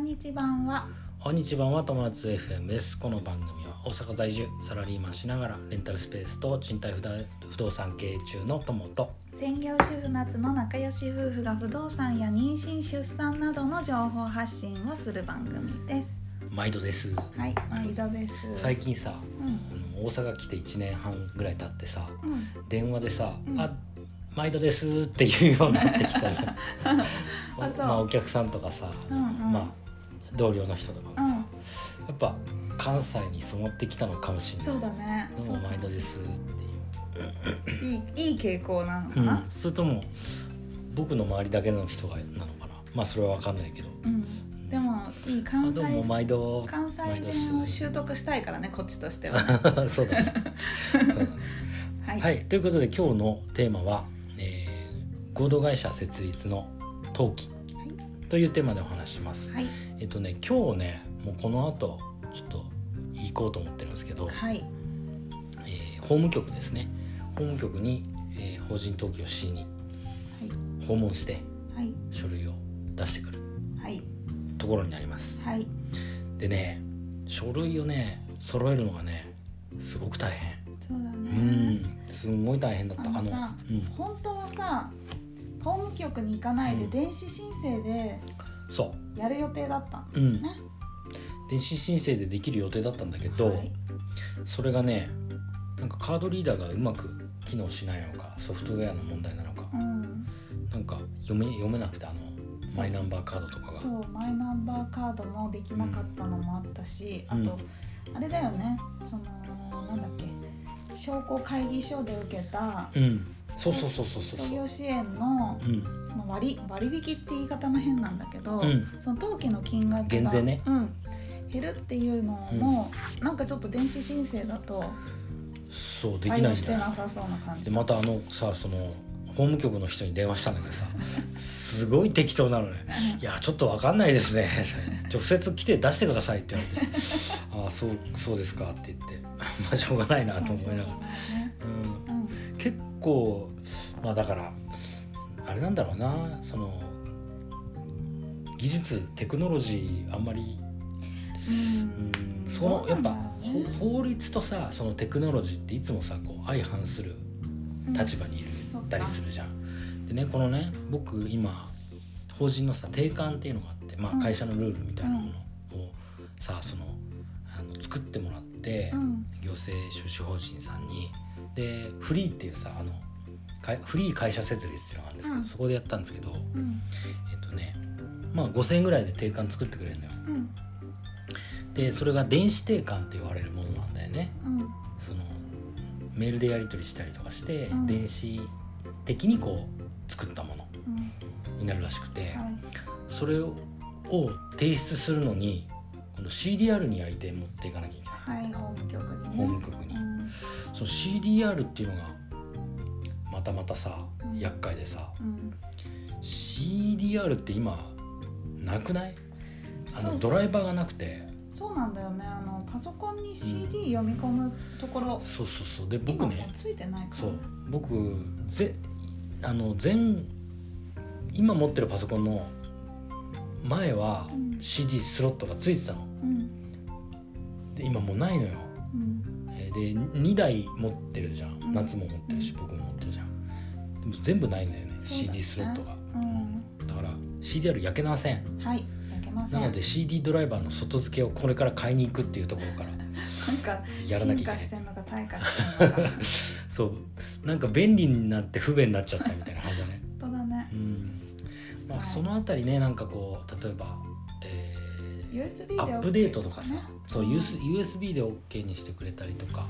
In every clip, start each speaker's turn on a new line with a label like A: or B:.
A: 日版は
B: こんにちはは友達 FM ですこの番組は大阪在住サラリーマンしながらレンタルスペースと賃貸不動産経営中の友と
A: 専業主婦夏の仲良し夫婦が不動産や妊娠出産などの情報発信をする番組です
B: 毎度です
A: はい毎度です
B: 最近さ
A: うん
B: あの大阪来て1年半ぐらい経ってさ
A: うん
B: 電話でさ「
A: うん
B: あ毎度です」って言うようになってきたら
A: あそう
B: ま あ、お客さんとかさ、
A: うんうん
B: まあ同僚の人とかも
A: う
B: さ、
A: ん
B: やっぱ関西に染まってきたのかもしれない
A: そうだね
B: どうも毎度ですっていう
A: いいいい傾向なのか
B: うん
A: な、
B: それとも僕の周りだけの人がなのかなまあそれは分かんないけど
A: うんでもいい関
B: あどうも
A: 西
B: 毎度
A: 関西弁を習得したいからねこっちとしては
B: そうだねそうだね
A: はい、
B: はいということで今日のテーマは、えー合同会社設立の登記というテーマでお話します
A: はい
B: えっとね今日ねもうこの後ちょっと行こうと思ってるんですけど、
A: はい
B: えー法務局ですね法務局に、えー法人登記をしに訪問して
A: はい
B: 書類を出してくる
A: はい
B: ところになります
A: はい
B: でね書類をね揃えるのがねすごく大変
A: そうだね
B: うんすんごい大変だった
A: あのさ
B: うん、
A: 本当はさ法務局に行かないで
B: うん
A: 電子申請で
B: そ
A: やる予定だったの
B: う、うん
A: ね、
B: 電子申請でできる予定だったんだけど、
A: はい
B: それがねなんかカードリーダーがうまく機能しないのかソフトウェアの問題なのか
A: うん、
B: なんか読め読めなくてあの
A: そう
B: マイナンバーカードとかが
A: そううマイナンバーカードもできなかったのもあったし、
B: うん
A: あとあれだよねそのなんだっけ商工会議所で受けた
B: んそうそうそうそうそう
A: 商業支援の
B: うん
A: その割割引って言い方も変なんだけど、
B: うん
A: その当期の金額が
B: 減税ね
A: うん、減るっていうのも、なんかちょっと電子申請だと
B: そうでき
A: 対
B: ない
A: 応
B: ん
A: して
B: だよ
A: なさそうな感じ
B: でまたあのさその法務局の人に電話したんだけどさすごい適当なのね「いやちょっと分かんないですね直接来て出してください」って言われて「ああそうそうですか」って言って まあしょうがないなと思いながら、
A: ね
B: う
A: うん
B: ん、結構まあだからあれなんだろうなその技術テクノロジーあんまりうんそのや
A: そうな
B: っぱ
A: んだよね
B: ほ法律とさそのテクノロジーっていつもさこう相反する
A: うん
B: 立場にいるったりするじゃん。でねこのね僕今法人のさ定款っていうのがあって、ま
A: うん
B: あ、会社のルールみたいなものをさ、そのあの作ってもらって、
A: うん
B: 行政書士法人さんにでフリーっていうさあのかいフリー会社設立っていうのがあるんですけど、
A: うん
B: そこでやったんですけど
A: うん
B: えっとねまあ5,000円ぐらいで定款作ってくれるのよ。
A: うん
B: でそれが電子定款って言われるものなんだよね。
A: うん
B: そのメールでやり取りしたりとかして、
A: うん
B: 電子的にこう作ったもの
A: うん
B: になるらしくて、
A: はい
B: それを提出するのにこの CDR に焼いて持っていかなきゃいけない、
A: はい法務局にね
B: 法務局に、
A: うん
B: その CDR っていうのがまたまたさ
A: うん
B: 厄介でさ
A: うん
B: CDR って今なくないあ
A: そ
B: の
A: う
B: ドライバーがなくて
A: そうなんだよねあのパソコンに CD 読み込むところ
B: そうそうそうで
A: 今
B: 僕
A: も
B: ね
A: うついてないから
B: そう僕ぜあの全今持ってるパソコンの前は
A: うん
B: CD スロットがついてたの
A: うん
B: で今もうないのよ
A: うん
B: えーで2台持ってるじゃん、
A: うん
B: 夏も持ってるし、
A: うん
B: 僕も持ってるじゃんでも全部ないんだよね
A: そうだね
B: CD スロットが、
A: うん
B: だから CDR 焼けません
A: はい焼けませ
B: なんので CD ドライバーの外付けをこれから買いに行くっていうところから
A: なんか
B: やらなきゃ
A: 進化
B: いけない
A: してんのか退化してんのか本
B: そうなんか便利になって不便になっちゃったみたいな感じだね
A: 当だね
B: うんま
A: は
B: あ、
A: い
B: そのあたりねなんかこう例えば、え
A: USB で
B: ー
A: OK
B: アップデートとかさ
A: ね
B: そう US USB で OK にしてくれたりとか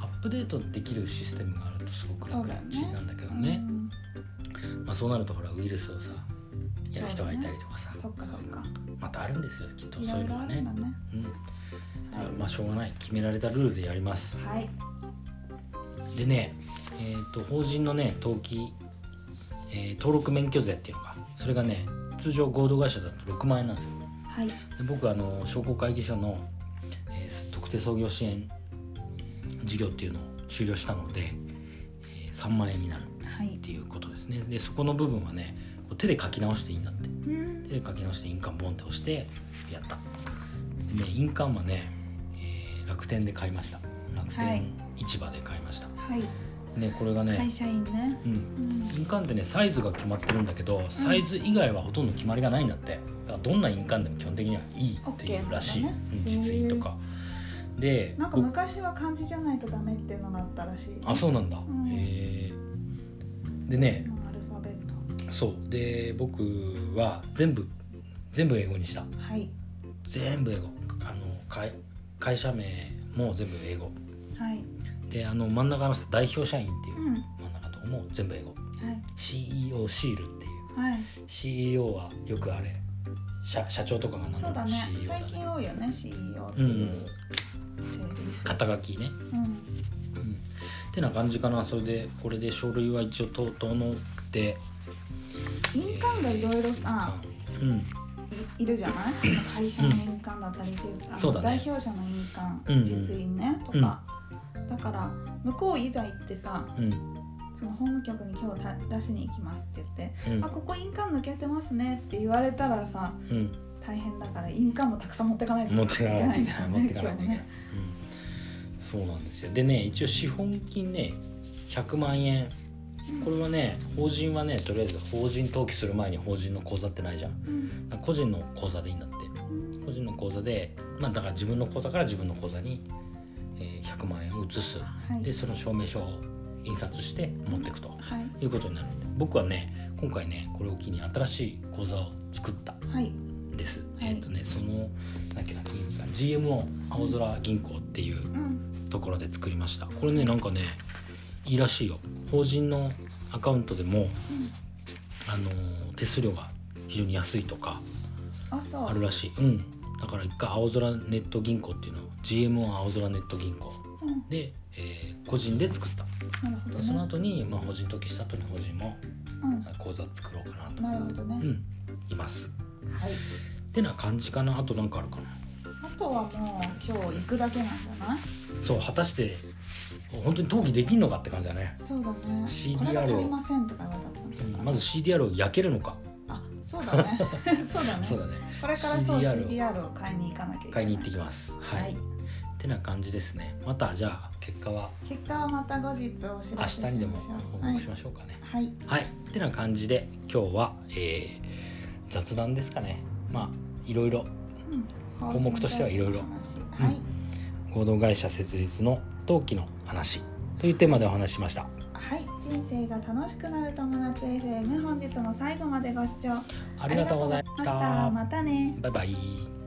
B: アップデートできるシステムがあるとすごく
A: そう
B: 楽
A: だよね
B: ちんなんだけど
A: う
B: ね
A: ん
B: まあ、そうなるとほらウイルスをさやる人がいたりとかさ
A: そっかそっか
B: またあるんですよきっと
A: い
B: そう
A: ろ
B: い
A: いうろ
B: のは
A: あるん
B: ね
A: だ。ね
B: うんだか
A: はい
B: らまあしょうがない決められたルールでやります
A: はい
B: でね、えー、と法人のね登記、えー登録免許税っていうのかそれがね通常合同会社だと6万円なんですよ
A: はい
B: で僕はあの商工会議所の、えー特定創業支援事業っていうのを終了したので、えー3万円になるっ
A: はい
B: ていうことですねでそこの部分はねこう手で書き直していいんだって
A: うん
B: 手で書き直して印鑑ボンって押してやったでね印鑑はね、えー楽天で買いました楽
A: はい
B: 天市場で買いました、
A: はい、
B: ねこれがね、
A: 会社員ね、
B: うん
A: うん、
B: 印鑑ってねサイズが決まってるんだけどサイズ以外はほとんど決まりがないんだってだからどんな印鑑でも基本的にはいいっていうらし
A: OK
B: い、
A: なんだね
B: うん実印とかで
A: なんか
B: 僕
A: 昔は漢字じゃないとダメっていうのがあったらしい、ね、
B: あそうなんだ、
A: ん
B: へーでね
A: アルファベット
B: そうで僕は全部全部英語にした
A: はい
B: 全部英語あの会会社名も全部英語
A: はい
B: であの真ん中の人代表社員っていううん真ん中のとこも全部英語
A: はい
B: CEO シールっていう
A: はい
B: CEO はよくあれ社社長とかが名
A: そうだ
B: 乗る
A: ね
B: CEO だ
A: 最
B: ね
A: 近多いよね CEO っていう整理する
B: 肩書きね、
A: うん
B: うん、ってな感じかなそれでこれで書類は一応整って
A: 印鑑がいろいろさ
B: うん
A: いいるじゃない会社の印鑑だったり、あの
B: そうだね
A: 代表者の印鑑、
B: うんうん
A: 実印ねとか、だから向こういざ行ってさ
B: うん
A: その法務局に今日た出しに行きますって言って、
B: うん
A: あここ印鑑抜けてますねって言われたらさ
B: うん
A: 大変だから印鑑もたくさん持ってかないと
B: 持
A: い
B: って
A: け
B: か
A: な
B: ないい
A: ん
B: と
A: だよ
B: 持っ
A: ね
B: てか
A: 今
B: ない
A: 日
B: といけない、
A: ね。
B: うん、そうなんですよでね一応資本金ね100万円これはね法人はねとりあえず法人登記する前に法人の口座ってないじゃん
A: うん
B: 個人の口座でいいんだって個人の口座でまあだから自分の口座から自分の口座に、えー100万円を移す
A: はい
B: でその証明書を印刷して持っていくと
A: はい
B: いうことになるんで僕はね今回ねこれを機に新しい口座を作った
A: はい
B: んです、
A: はい
B: えっ、とねそのなんだっけな金融機関 GMO 青空銀行っていう
A: うん
B: ところで作りましたこれねなんかねいいらしいよ法人のアカウントでも、あのー手数料が非常に安いとか
A: あそう
B: あるらしいうんだから一回青空ネット銀行っていうのを GMO 青空ネット銀行
A: うん
B: で、えー個人で作った
A: なるほど
B: でその
A: ね
B: 後に、まあ、法人登記した後に法人も
A: うん
B: 口座作ろうかなと、
A: なるほどね、
B: うん、います
A: はい
B: ってな感じかなあとなんかあるかな
A: あとはもう今日行くだけなんじゃない
B: そう果たして本当に登記できんのかって感じだね、
A: そうだね
B: CDR
A: これが足りませんとか言われたらちょっと
B: うんまず CDR を焼けるのか
A: あそうだね そうだね
B: そうだね
A: これからそう
B: CDR を
A: CDR を買いに行かなきゃいけない
B: 買いに行ってきますはい、
A: はい
B: ってな感じですねまたじゃあ結果は
A: 結果はまた後日お知
B: 明
A: ら
B: 日
A: せしましょう
B: にでも報
A: はい
B: 告しましょうかね
A: はい
B: はい、ってな感じで今日は、えー雑談ですかねまあいろいろ
A: うん
B: 項目としてはいろいろ
A: 法人登記の話
B: うん合同会社設立の登記の話というテーマでお話ししました
A: はい、はい、人生が楽しくなる友達 FM 本日も最後までご視聴
B: ありがとうございました
A: ありがとうございましたまたね
B: バイバイ